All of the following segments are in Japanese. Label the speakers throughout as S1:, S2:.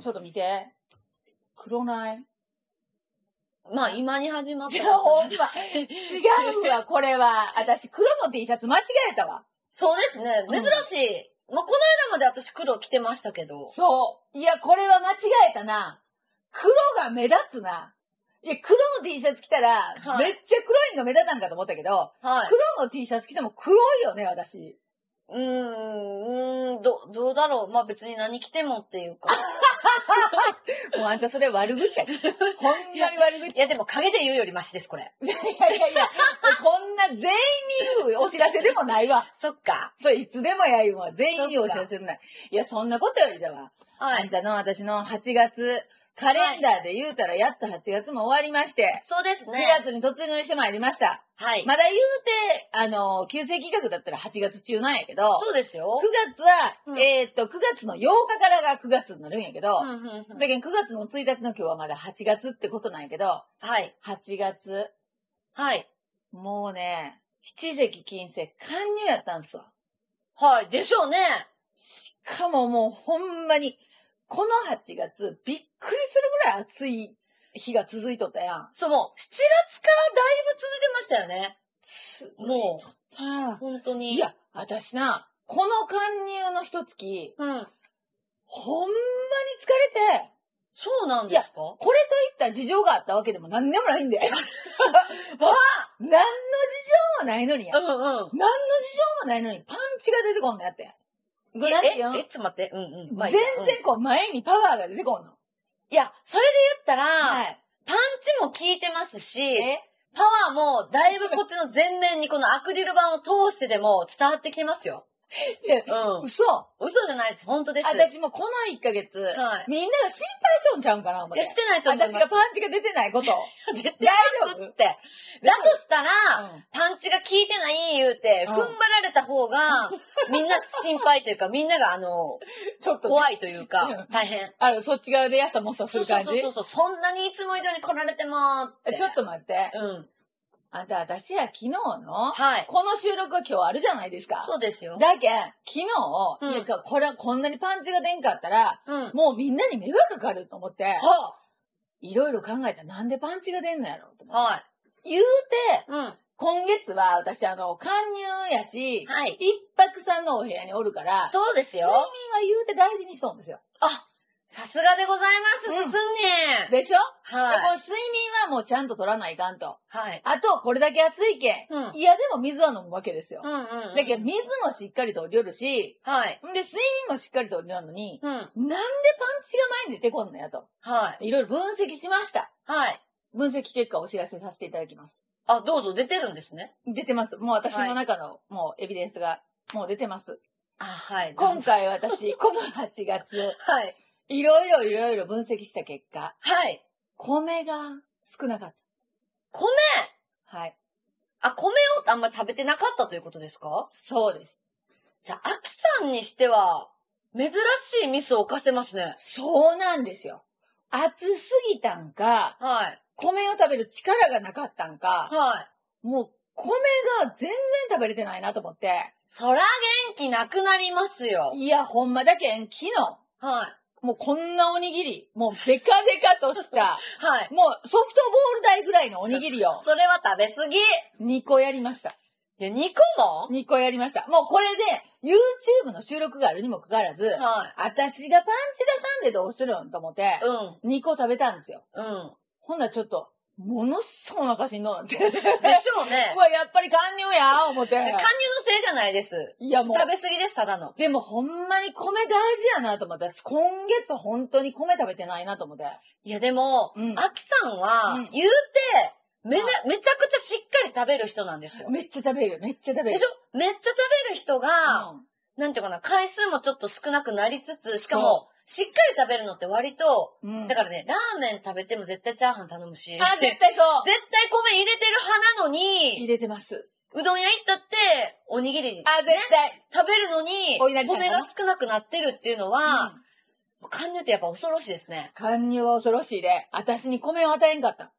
S1: ちょっと見て。黒ない。
S2: まあ、今に始まっ
S1: 違
S2: た
S1: う
S2: ことじゃない
S1: わ。違うわ、これは。私、黒の T シャツ間違えたわ。
S2: そうですね。
S1: うん
S2: 珍しい。まあ、この間まで私黒着てましたけど。
S1: そう。いや、これは間違えたな。黒が目立つな。いや、黒の T シャツ着たら、
S2: はい
S1: めっちゃ黒いの目立たんかと思ったけど、
S2: はい。
S1: 黒の T シャツ着ても黒いよね、 私。
S2: うーん、うーん、ど、どうだろう。まあ、別に何着てもっていうか。
S1: もうあんたそれ悪口 や。ほんまに悪口。
S2: いや、でも陰で言うよりマシです、これ。
S1: いやいやいや、こんな全員に言うお知らせでもないわ。
S2: そっか。
S1: それいつでもや言うわ。全員に言うお知らせでもない。いや、そんなことよりじゃわ。
S2: は
S1: あん
S2: い。
S1: たの私の8月、カレンダーで言うたらやっと8月も終わりまして、
S2: そうです
S1: 9
S2: ね。
S1: 月に突入してまいりました。
S2: はい。
S1: まだ言うて、あの、旧正企画だったら8月中なんやけど、
S2: そうですよ。
S1: 9月は、
S2: うん
S1: えーっと、9月の8日からが9月になるんやけど、
S2: うんうんうん
S1: だけど9月の1日の今日はまだ8月ってことなんやけど、
S2: はい。
S1: 8月、
S2: はい。
S1: もうね、七石金星貫入やったんすわ。
S2: はい。でしょうね。
S1: しかももうほんまに、この8月、びっくりするぐらい暑い日が続いとったやん。
S2: そう、もう、7月からだいぶ続いてましたよね。もう、
S1: う。さあ。
S2: 本当に。
S1: いや、私な、この貫入の一月、
S2: うん。
S1: ほんまに疲れて、
S2: そうなんですか
S1: これといった事情があったわけでも何でも ないんで。わあ何の事情もないのにや。
S2: うんうん。
S1: 何の事情もないのにパンチが出てこんのやって。
S2: え、
S1: なんて
S2: え、ち
S1: 言
S2: ょ
S1: う
S2: っ
S1: ん
S2: と待って。うんうん。まあ
S1: 全
S2: いいやうん
S1: 然こう前にパワーが出てこんの。
S2: いや、それで言ったら、
S1: はい。
S2: パンチも効いてますし、
S1: え
S2: パワーもだいぶこっちの前面にこのアクリル板を通してでも伝わってきてますよ。
S1: いや
S2: うん。
S1: 嘘
S2: 嘘じゃないです。本当です。
S1: 私もこの1ヶ月、
S2: はい。
S1: みんなが心配しよんちゃうんかな思っ
S2: いや、
S1: て。
S2: してないと思いま
S1: 私
S2: す。
S1: がパンチが出てない こと。
S2: ン出て
S1: 大
S2: ま
S1: 丈
S2: す
S1: 夫
S2: って。だとしたら、
S1: うん
S2: パンチが効いてない言うて、
S1: う
S2: 踏
S1: ん
S2: ん張られた方が、みんな心配というか、みんながあの、
S1: ちょっとね、
S2: 怖いという
S1: うん
S2: か、大変。
S1: あの、そっち側でやさもさす
S2: そう
S1: る
S2: そ
S1: 感
S2: う
S1: じ
S2: そうそう、そんなにいつも以上に来られてまーって。
S1: えちょっと待って。
S2: うん。
S1: あんた、私や昨日の、
S2: はい。
S1: この収録が今日あるじゃないですか。
S2: そうですよ。
S1: だけん、昨日、
S2: うん
S1: いやここれ、こんなにパンチが出んかったら、
S2: うん。は
S1: もうみんなに迷惑かかると思って、
S2: あ
S1: いろいろ考えたらなんでパンチが出んのやろうと思って
S2: はい。
S1: 言うて、
S2: うん。
S1: 今月は私、あの、貫入やし、
S2: はい。
S1: 一泊さんのお部屋におるから、
S2: そうです
S1: 睡
S2: よ
S1: 眠。は言うて大事にしとんですよ。
S2: あ、さすがでございます、
S1: うん
S2: すすんね
S1: でしょ、でこ
S2: はい。
S1: の睡眠はもうちゃんと取らないかんと。
S2: はい。
S1: あと、これだけ暑いけ
S2: うん。
S1: ん。いや、でも水は飲むわけですよ。
S2: うんうんうん。
S1: だけど、水もしっかりとりよるし、
S2: はい。
S1: んで、睡眠もしっかりとりよるのに、
S2: うん。
S1: なんでパンチが前に出てこんのやと。
S2: はい。
S1: いろいろ分析しました。
S2: はい。
S1: 分析結果をお知らせさせていただきます。
S2: あ、どうぞ、出てるんですね。
S1: 出てます。もう私の中の、もうエビデンスが、もう出てます。
S2: あ、はい。どう
S1: 今
S2: ぞ。
S1: 回 私、この8月、
S2: はい。
S1: いろいろいろいろ分析した結果、
S2: はい。
S1: 米が少なかっ
S2: 米
S1: た。はい。
S2: あ、米をあんまり食べてなかったということですか
S1: そうです。
S2: じゃあ、秋さんにしては、珍しいミスを犯してますね。
S1: そうなんですよ。暑すぎたんか、
S2: はい。
S1: 米を食べる力がなかったんか、
S2: はい。
S1: もう米が全然食べれてないなと思って。
S2: そら元気なくなりますよ。
S1: いや、ほんまだけん、昨日、
S2: は
S1: もうこんなおにぎり、もうデカデカと した、
S2: い。はい。
S1: もうソフトボール大ぐらいのおにぎりを
S2: それは食べ過ぎ。い
S1: 2個やりました。
S2: や、2個も
S1: 2個やりました。もうこれで YouTube の収録があるにもかかわらず、
S2: は
S1: 私がパンチ出さんでどうするんと思って
S2: い。、うん。
S1: 2個食べたんですよ。
S2: うん。
S1: ほんならちょっと、ものすごいお腹しんどな って。う
S2: でしょうね。
S1: わ、やっぱり貫入や、思って
S2: 加。入のせいじゃないです。
S1: いや、もう。
S2: 食べ過ぎです、ただの。
S1: でもほんまに米大事やなと思って、私今月本当に米食べてないなと思って。
S2: いや、でも、
S1: うん
S2: アキさんは、
S1: うん
S2: 言うて、めな、めちゃくちゃしっかり食べる人なんですよ。
S1: めっちゃ食べる、めっちゃ食べる。
S2: でしょめっちゃ食べる人が、
S1: うん
S2: なんていうかな、回数もちょっと少なくなりつつ、しかも
S1: そ、
S2: しっかり食べるのって割と、
S1: うん。
S2: だからね、ラーメン食べても絶対チャーハン頼むし。
S1: あ、絶
S2: 絶
S1: 対そう。
S2: 対米入れてる派なの
S1: 入
S2: に、
S1: れてます。
S2: うどん屋行ったって、おにぎり
S1: あ、絶対。
S2: 食べるのに、
S1: お稲荷さんか
S2: 米
S1: な
S2: が少なくなってるっていうのは、
S1: うん
S2: カンニュってやっぱ恐ろしいですね。
S1: 勧入は恐ろしいで、私に米を与えんかった。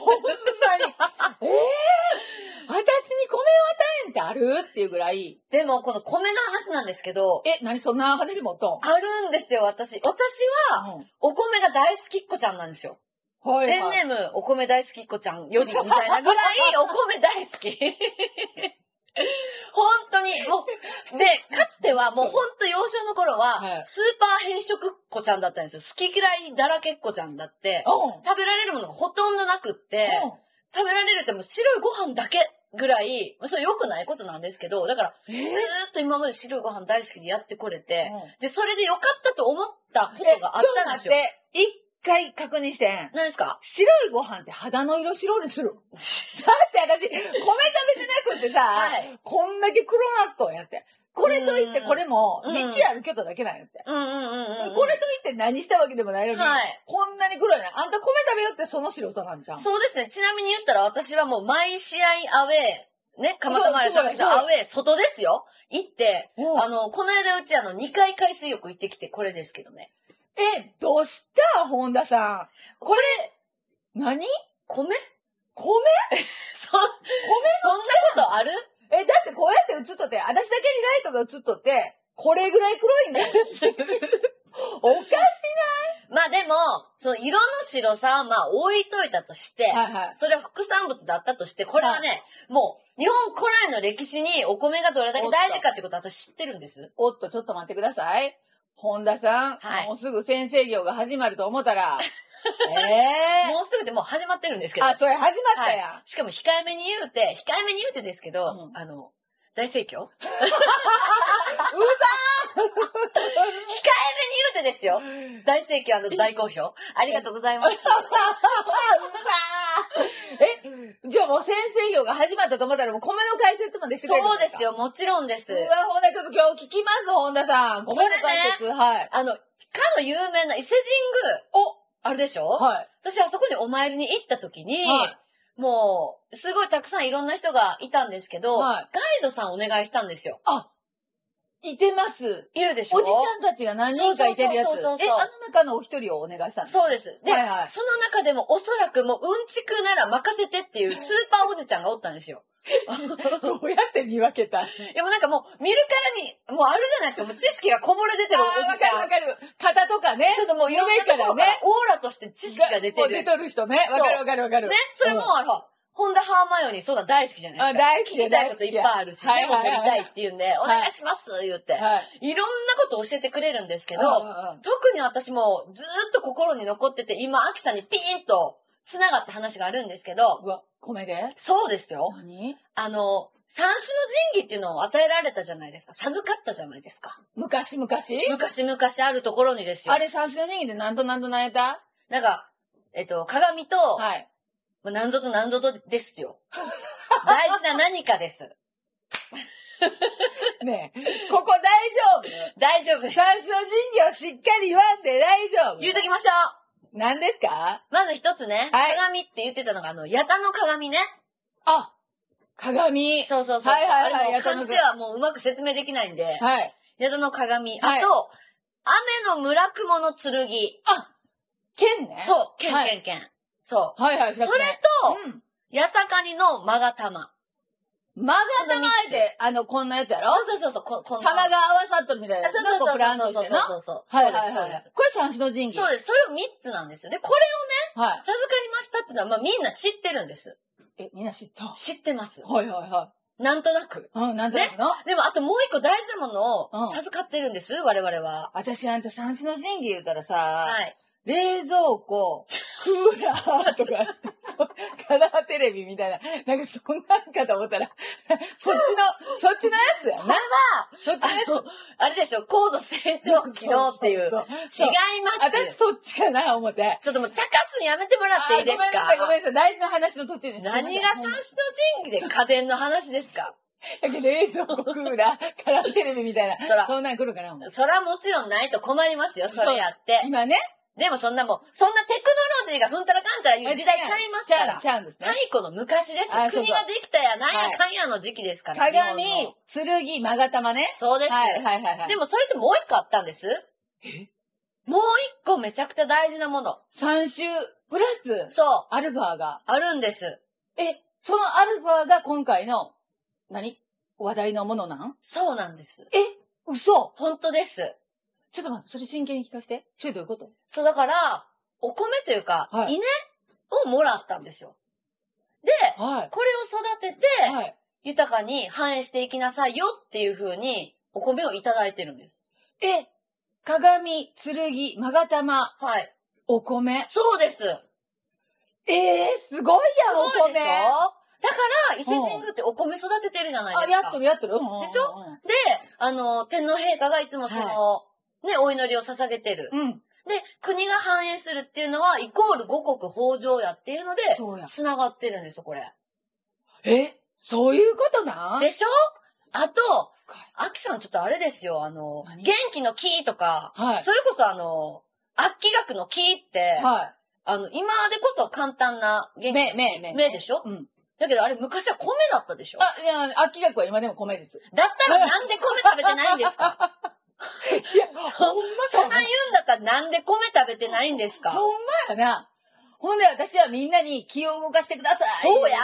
S1: ほんまに。ええ 私に米を与えんってあるっていうぐらい。
S2: でも、この米の話なんですけど、
S1: え、何そんな話もとん。
S2: あるんですよ、私。私は
S1: うん
S2: お米が大好きっ子ちゃんなんですよ。
S1: はい
S2: ペン
S1: はい。
S2: ネーム、お米大好きっ子ちゃんよりみたいなぐらい、 お米大好き。本当に、もう、で、かつてはもう本当幼少の頃
S1: は
S2: は、
S1: い
S2: スーパー偏食っ子ちゃんだったんですよ。好き嫌いだらけっ子ちゃんだって、
S1: うん。うん
S2: 食べられるものがほとんどなくって、食べられるってもう白いご飯だけぐらい、まあそれ良くないことなんですけど、だから、
S1: え
S2: ずー
S1: ー
S2: っと今まで白いご飯大好きでやってこれて、
S1: うん
S2: で、それで良かったと思ったことがあっ
S1: ちょっと
S2: たん
S1: 待
S2: です
S1: っ
S2: よ。
S1: て、一回確認してん。
S2: 何ですか
S1: 白いご飯って肌の色白にする。だって私、米食べてなくってさ、
S2: はい
S1: こんだけ黒納豆やって。これといって
S2: うん
S1: これも、道
S2: うん
S1: 歩けただけなんやって。
S2: うんうんうんうん。
S1: これといって何したわけでもないのに、
S2: はい
S1: こんなに黒いな。あんた米食べよってその白さなんじゃん。
S2: そうですね。ちなみに言ったら私はもう毎試合アウェー、ね、かまたまれさん
S1: そうそうそう
S2: アウェー、外ですよ。行って、
S1: うん
S2: あの、この間うちあの、2回海水浴行ってきてこれですけどね。
S1: え、どうした本田さん。
S2: これ、
S1: 何
S2: 米
S1: 米
S2: そ、米そんなことある
S1: え、だってこうやって映っとって、私だけにライトが映っとって、これぐらい黒いんだよ。 おかし
S2: まあでも、その色の白さはまあ置いといたとして、
S1: い。はいはい。
S2: それは副産物だったとして、これはね、もう、日本古来の歴史にお米がどれだけ大事かってことは私知ってるんです。
S1: おっと、ちょっと待ってください。本田さん、
S2: はい
S1: もうすぐ先生業が始まると思った ら、ええ
S2: もうすぐでもう始まってるんですけど。
S1: あ、それ始まったやん。
S2: はいしかも控えめに言うて、控えめに言うてですけど、
S1: うん
S2: あの、大盛 況うざー控えめに言うてですよ。大盛況大好評。ありがとうございます。
S1: え、 じゃあもう先生業が始まったと思ったらもう米の解説までしてく
S2: そ
S1: れるん
S2: うです
S1: よ。
S2: よ、もちろんです
S1: う。わ、本田ちょっと今日聞きます、本田さん。米の解説、はい。
S2: あの、かの有名な伊勢神宮、
S1: お
S2: あるでしょ、
S1: はい。
S2: 私あそこにお参りに行った時に、
S1: はい
S2: もう、すごいたくさんいろんな人がいたんですけど、
S1: はい
S2: ガイドさんお願いしたんですよ。
S1: いてます。
S2: いるでしょ
S1: おじちゃんたちが何人かいてるやつ。
S2: そうそうそうそう
S1: え、あの中のお一人をお願いしたんです
S2: そうです。で、
S1: はいはい
S2: その中でもおそらくもううんちくなら任せてっていうスーパーおじちゃんがおったんですよ。
S1: どうやって見分けたあ
S2: でもなんかもう見るからに、もうあるじゃないですか、もう知識がこぼれ出てるお
S1: ー
S2: じちゃん。
S1: かる。肩とかね
S2: そうそう、もういろんなところ
S1: 上か
S2: からら
S1: ね
S2: オーラとして知識が出て
S1: も
S2: る。
S1: う出とる人ね。
S2: そう
S1: わかるわかるわかる。
S2: ね、それもあの、ホンダハーマイオニー、そうだ、大好きじゃない
S1: あ
S2: ですか。
S1: 大好き
S2: 聞きたいこといっぱいあるし、ね、もうやりたい
S1: い。
S2: っていうんで、お願いします、言って、
S1: はい。
S2: い。ろんなことを教えてくれるんですけ
S1: け
S2: ど、特に私もずーっと心に残ってて、今、アキさんにピーンと繋がった話があるんですけど、
S1: うわ、米で
S2: そうですよ。
S1: 何
S2: あの、三種の神器っていうのを与えられたじゃないですか。授かったじゃないですか。
S1: 昔々
S2: 昔々あるところにですよ。
S1: あれ三種の人間でなんとなんとなんやった
S2: なんか、えっと、鏡と、
S1: はい。
S2: まあなんぞとなんぞとですよ。 大事な何かです。
S1: ねえここ大丈
S2: 大丈夫で
S1: 夫
S2: す。
S1: 三種の人間をしっかり言わんで大丈夫
S2: 言うときましょ
S1: 何ですか
S2: う。まず一つね、
S1: はい
S2: 鏡って言ってたのが、あの、八田の鏡ね。
S1: あ、鏡。
S2: そうそうそう。
S1: はいはいはい
S2: あれも
S1: 八田の
S2: 漢字ではもううまく説明できないんで、
S1: はい。
S2: 八田の鏡。
S1: はい
S2: あと、雨の村雲の剣。
S1: 剣ね。う。
S2: そう、剣
S1: はい
S2: 剣剣。そ
S1: はいはい。
S2: う。それと、
S1: と、うん。
S2: 八坂にのまが玉。
S1: まがたまえて、あの、こんなやつやろ
S2: そうそうそうそう、こ、こんな。
S1: 玉が合わさっとるみたいな
S2: あ
S1: やつ
S2: そう
S1: な。
S2: そう
S1: こプラン
S2: そ
S1: と
S2: う
S1: して
S2: そうそう
S1: な。
S2: そうそう。
S1: はい
S2: そうで
S1: は
S2: す、
S1: い
S2: そう
S1: は
S2: で
S1: い
S2: す。。
S1: これ三種の神器。
S2: そうです。それを3つなんですよ。で、これをね、
S1: はい。
S2: 授かりましたっていうのは、まあみんな知ってるんです。
S1: え、みんな知った。は
S2: 知ってます。
S1: いはいは
S2: なんとなく。
S1: い。うん、なんとなくの、
S2: でも、あともう一個大事なもの
S1: う
S2: を
S1: ん
S2: 授かってるんです、我々は。
S1: 私あんた三種の神器言うたらさ、
S2: はい。
S1: 冷蔵庫、クーラーとか、そうカラーテレビみたいな、なんかそんなんかと思ったら、そっちの、そっちのやつや
S2: それ
S1: な。
S2: は、
S1: そっち
S2: あ の、あれでしょ、高度成長期のっていう。違い
S1: そうそ
S2: ま
S1: う
S2: す
S1: そう。私。そっちかな、思って。
S2: ちょっともう、茶化すのやめてもらっていいですか
S1: あーごめんなさい、ごめんなさい。大事な話の途中です。
S2: 何が三種の神器で家電の話ですか
S1: だけど冷蔵庫、クーラー、カラーテレビみたいな。
S2: そら
S1: そんなん来るかな、思って
S2: それはもちろんないと困りますよ、それやって。
S1: 今ね。
S2: でもそんなもう、そんなテクノロジーがふんたらかんたらいう時代ちゃいますか
S1: ちゃう
S2: ら
S1: ち。ゃうんですね
S2: 太。古の昔です。
S1: あそうそう
S2: 国ができたやなん
S1: は
S2: や
S1: い
S2: かんやの時期ですから。
S1: 鏡
S2: 日本の、
S1: 剣、まがたまね。
S2: そうです。
S1: はいはいはいはい。
S2: でもそれってもう一個あったんです。もう一個めちゃくちゃ大事なもの。
S1: 3週プラス、
S2: そう。
S1: アルファが。
S2: あるんです。
S1: え、そのアルファが今回の、何話題のものなん
S2: そうなんです。
S1: 嘘
S2: 本当です。
S1: ちょっと待って、それ真剣に聞かせて。シューどういうこと
S2: そう、だから、お米というか、
S1: はい
S2: 稲をもらったんですよ。で、
S1: は
S2: これを育てて、
S1: い。はい。
S2: 豊かに繁栄していきなさいよっていう風に、お米をいただいてるんです。
S1: え、鏡、剣、まがたま、
S2: はい。
S1: お米。
S2: そうです。す
S1: ええー、すごいやん、お
S2: ご
S1: 米
S2: いでしょだから、伊勢神宮ってお米育ててるじゃないで
S1: あ、
S2: すか。
S1: やっとるやっとる。うんうんうん
S2: でしで、あの、天皇陛下がいつもその、ね、お祈りを捧げてる。
S1: うん。
S2: で、国が繁栄するっていうのは、イコール五国豊穣やっていうので、
S1: そうや。
S2: 繋がってるんですよ、これ。
S1: え、そういうことなん
S2: でしょあと、アキさんちょっとあれですよ、あの、
S1: 何
S2: 元気のキーとか、
S1: はい。
S2: それこそあの、悪気学のキーって、
S1: は
S2: あの、今でこそ簡単な元気の
S1: 目
S2: 木
S1: 目目
S2: 目でしょ
S1: い。うん。
S2: だけどあれ昔は米だったでしょだっ
S1: あ、いや、秋学は今でも米です。
S2: たらなんで米食べてないんで すか
S1: いや、
S2: そ
S1: ほんま
S2: そん
S1: か
S2: な言うんだったらなんで米食べてないんですか
S1: ほんまやな。ほんで私はみんなに気を動かしてください。
S2: そうや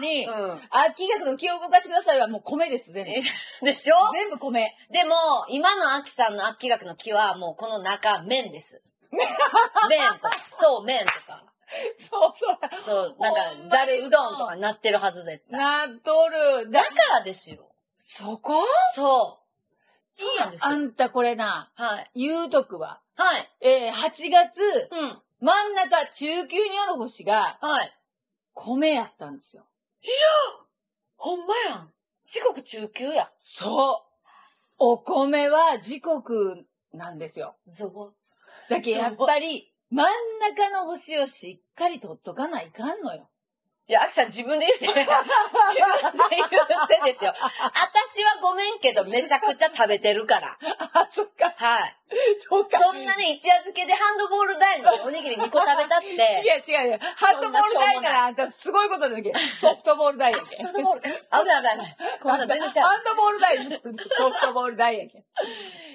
S1: 言うて
S2: う
S1: るのに、
S2: ん。
S1: 秋学の気を動かしてくださいはもう米です、全部。
S2: でしょ
S1: 全部米。
S2: でも、今の秋さんの秋学の木はもうこの中、麺です。麺とか、そう、麺とか。
S1: そうそう。
S2: そう、なんか、ざるうどんとかなってるはず絶対。
S1: なっとる。だ
S2: だ、からですよ。
S1: そこ
S2: そう。そうなん
S1: い
S2: で
S1: い
S2: すよ
S1: やん。あ。んたこれな、
S2: はい。
S1: 言うとくわ。
S2: はい。
S1: えー、8月、
S2: うん。
S1: 真ん中、中級にある星が、
S2: はい。
S1: 米やったんですよ。
S2: ほんまやん。四国中級や。
S1: そう。お米は時刻なんですよ。
S2: ゾワ。
S1: だけどやっぱり、真ん中の星をしっかりとっとかないかんのよ。
S2: いや、秋さん自分で 言って、自分で言ってですよ。私はごめんけど、めちゃくちゃ食べてるから。
S1: あ、そっか、
S2: はい。
S1: そっ
S2: そんなね、一夜漬けでハンドボール大のおにぎり2個食べたっ
S1: い
S2: て、
S1: や、違うよ。ハンドボール大ならあんたすごいことだけどソフトボール大やけ。
S2: ソフトボールか。 危ない危ない危ない。こんなん出てちゃ
S1: ハ
S2: う。
S1: ンドボール大ソフトボール大やけ。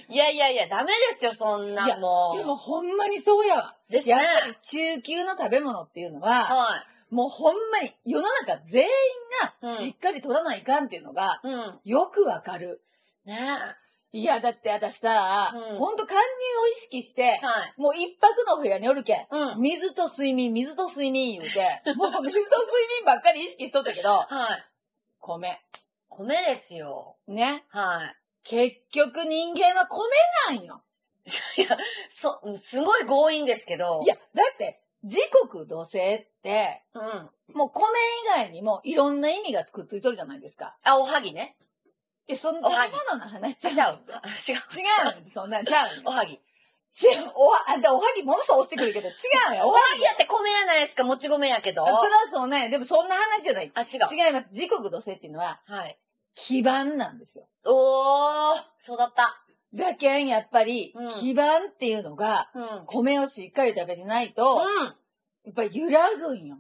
S2: いやいやいや、ダメですよ、そんない
S1: や
S2: もう。
S1: でもほんまにそうやわ。
S2: ですね
S1: やっぱり中級の食べ物っていうのは、
S2: は
S1: もうほんまに世の中全員
S2: う
S1: が
S2: ん
S1: しっかり取らないかんっていうのが
S2: い。うん。
S1: よくわかる。
S2: ねえ。
S1: いや、だって私さ、
S2: うん
S1: ほんと貫入を意識して、
S2: はい。
S1: もう一泊のお部屋におるけん。
S2: うん。
S1: 水と睡眠、水と睡眠言うて、もう水と睡眠ばっかり意識しとったけど、
S2: はい。
S1: 米。
S2: 米ですよ。
S1: ね。
S2: は
S1: 結局人間は米なんよ。
S2: い。い や、そ、うんすごい強引ですけど。
S1: いや、だって、時刻土星って、
S2: うん。
S1: もう米以外にもいろんな意味がくっついとるじゃないですか。
S2: あ、おはぎね。
S1: え、そんな
S2: おはぎ
S1: 食べ物の話
S2: ち
S1: ち
S2: ゃ
S1: ゃう。
S2: う。あ違う。
S1: 違うよそんなんちゃうよ。
S2: おはぎ。
S1: しおは、あんたおはぎものすごい押してくるけど、違うよ。お
S2: お
S1: は
S2: はぎやって米やないですか、もち米やけど。
S1: ぎ。それはそうね。でもそんな話じゃない。
S2: あ、違う。
S1: 違います。時刻土星っていうのは、
S2: はい。
S1: 基盤なんですよ。
S2: おー、育った。
S1: だけん、やっぱり
S2: う、ん
S1: 基盤っていうのが、
S2: うん。うん。
S1: 米をしっかり食べてないと、やっぱり揺らぐんよ。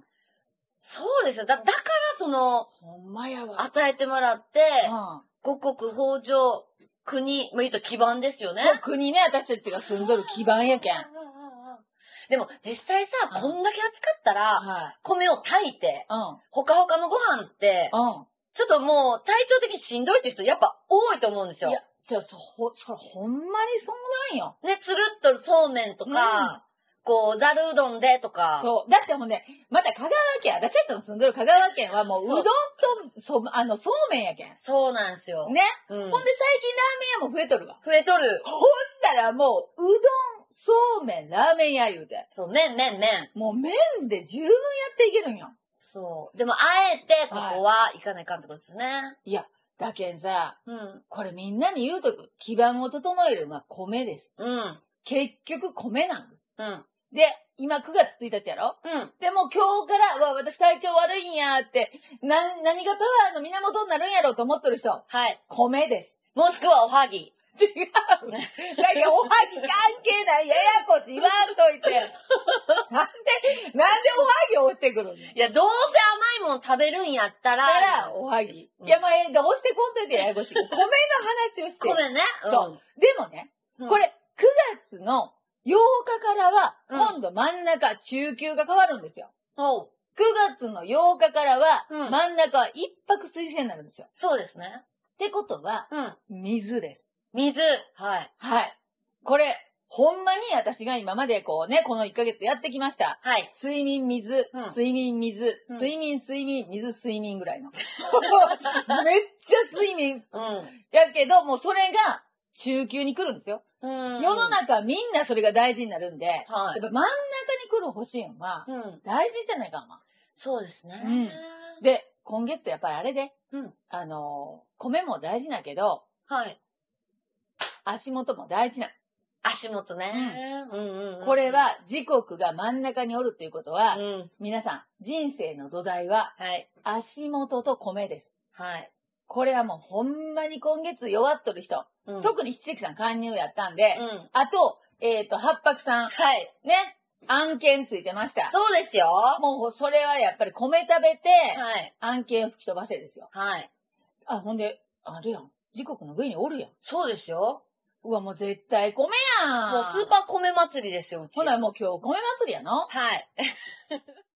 S2: そうですよ。だ、だからその、
S1: ほんまやわ。
S2: 与えてもらって、
S1: うん。
S2: 五国豊穣、国、まあ、言うと基盤ですよね。
S1: そう、国ね、私たちが住んどる基盤やけん。
S2: うんうんうんうんでも、実際さ、
S1: うん
S2: こんだけ暑かったら、
S1: はい。
S2: 米を炊いて、
S1: う
S2: ほかほかのご飯って、
S1: ん。うん。
S2: ちょっともう体調的にしんどいっていう人やっぱ多いと思うんですよ
S1: い。や、じゃあ、そ、ほ、それほんまにそうなんよ。
S2: ね、つるっとそうめんとか、
S1: うん
S2: こう、ざるうどんでとか。
S1: そう。だってほんで、また香川県、私たちの住んでる香川県はもう、う
S2: そ
S1: ど
S2: うん
S1: と、そ、あの、そうめんやけん。ね。
S2: そうなんです
S1: ほ
S2: よ。
S1: ん
S2: うん。
S1: で最近ラーメン屋も増えとるわ。
S2: 増えとる。
S1: ほんだらもう、うどん、そうめん、ラーメン屋言うて。
S2: そう、麺、麺、麺。
S1: もう麺で十分やっていけるんよ。
S2: そう。でも、あえて、ここは行かないかんってことですね。
S1: だけんさ、
S2: うん。
S1: これみんなに言うとく。基盤を整えるのは米です。
S2: うん。
S1: 結局米なんです。
S2: うん。
S1: で、今9月1日やろ
S2: うん。
S1: でも今日から、わ、私体調悪いんやって、な、何がパワーの源になるんやろうと思っとる人、
S2: はい。
S1: 米です。
S2: もしくはおはぎ。
S1: 違う。だけどおはぎ関係ない。ややこしい言わんといて。なんで、なんでおはぎを押してくるのだ
S2: いや、どうせ甘いもん食べるんやったら、
S1: から、おはぎ。
S2: うん
S1: いや、まあ、ええ押してこんといてややこしい。米の話をして。
S2: ごめんね。
S1: そうでもね、
S2: うん。
S1: これ、9月の8日からは、
S2: うん
S1: 今度真ん中、中級が変わるんですよ。
S2: おう。
S1: 9月の8日からは、
S2: うん
S1: 真ん中は一泊水星になるんですよ。
S2: そうですね。
S1: ってことは、
S2: うん。
S1: 水です。
S2: 水。はい。
S1: はい。これ、ほんまに私が今までこうね、この1ヶ月やってきました。
S2: はい。
S1: 睡眠、水、
S2: うん
S1: 睡眠、水、
S2: うん
S1: 睡眠、睡眠、水、睡眠ぐらいの。めっ ちゃ睡眠。
S2: うん。
S1: やけど、もうそれが中級に来るんですよ。
S2: うん
S1: 世の。中みんなそれが大事になるんで、やっぱ
S2: は
S1: 真
S2: い。
S1: ん中に来る欲しいんは、
S2: うん。
S1: 大事じゃないかんわ。
S2: そうですね。
S1: うんで、今月やっぱりあれで、
S2: うん
S1: あのー米も大事だけど、
S2: はい。
S1: 足元も大事な。
S2: 足元ね。うんうんうん。
S1: これ、は時刻が真ん中におるということは、
S2: うん。
S1: 皆さん、人生の土台は
S2: はい。
S1: 足元と米です。
S2: はい。
S1: これはもうほんまに今月弱っとる人、
S2: うん
S1: 特に七石さん勧入やったんで、
S2: うん。
S1: あと、えっ、と、八白さん、
S2: はい。
S1: ね、案件ついてました。
S2: そうですよ。は
S1: もうそれはやっぱり米食べて、
S2: い。
S1: 案件吹き飛ばせですよ。
S2: はい。
S1: あ、ほんで、あるやん。時刻の上におるやん。
S2: そうですよ。
S1: うわ、もう絶対米やん。
S2: もうスーパー米祭りですよ、うち。
S1: ほな、もう今日米祭りやの
S2: はい。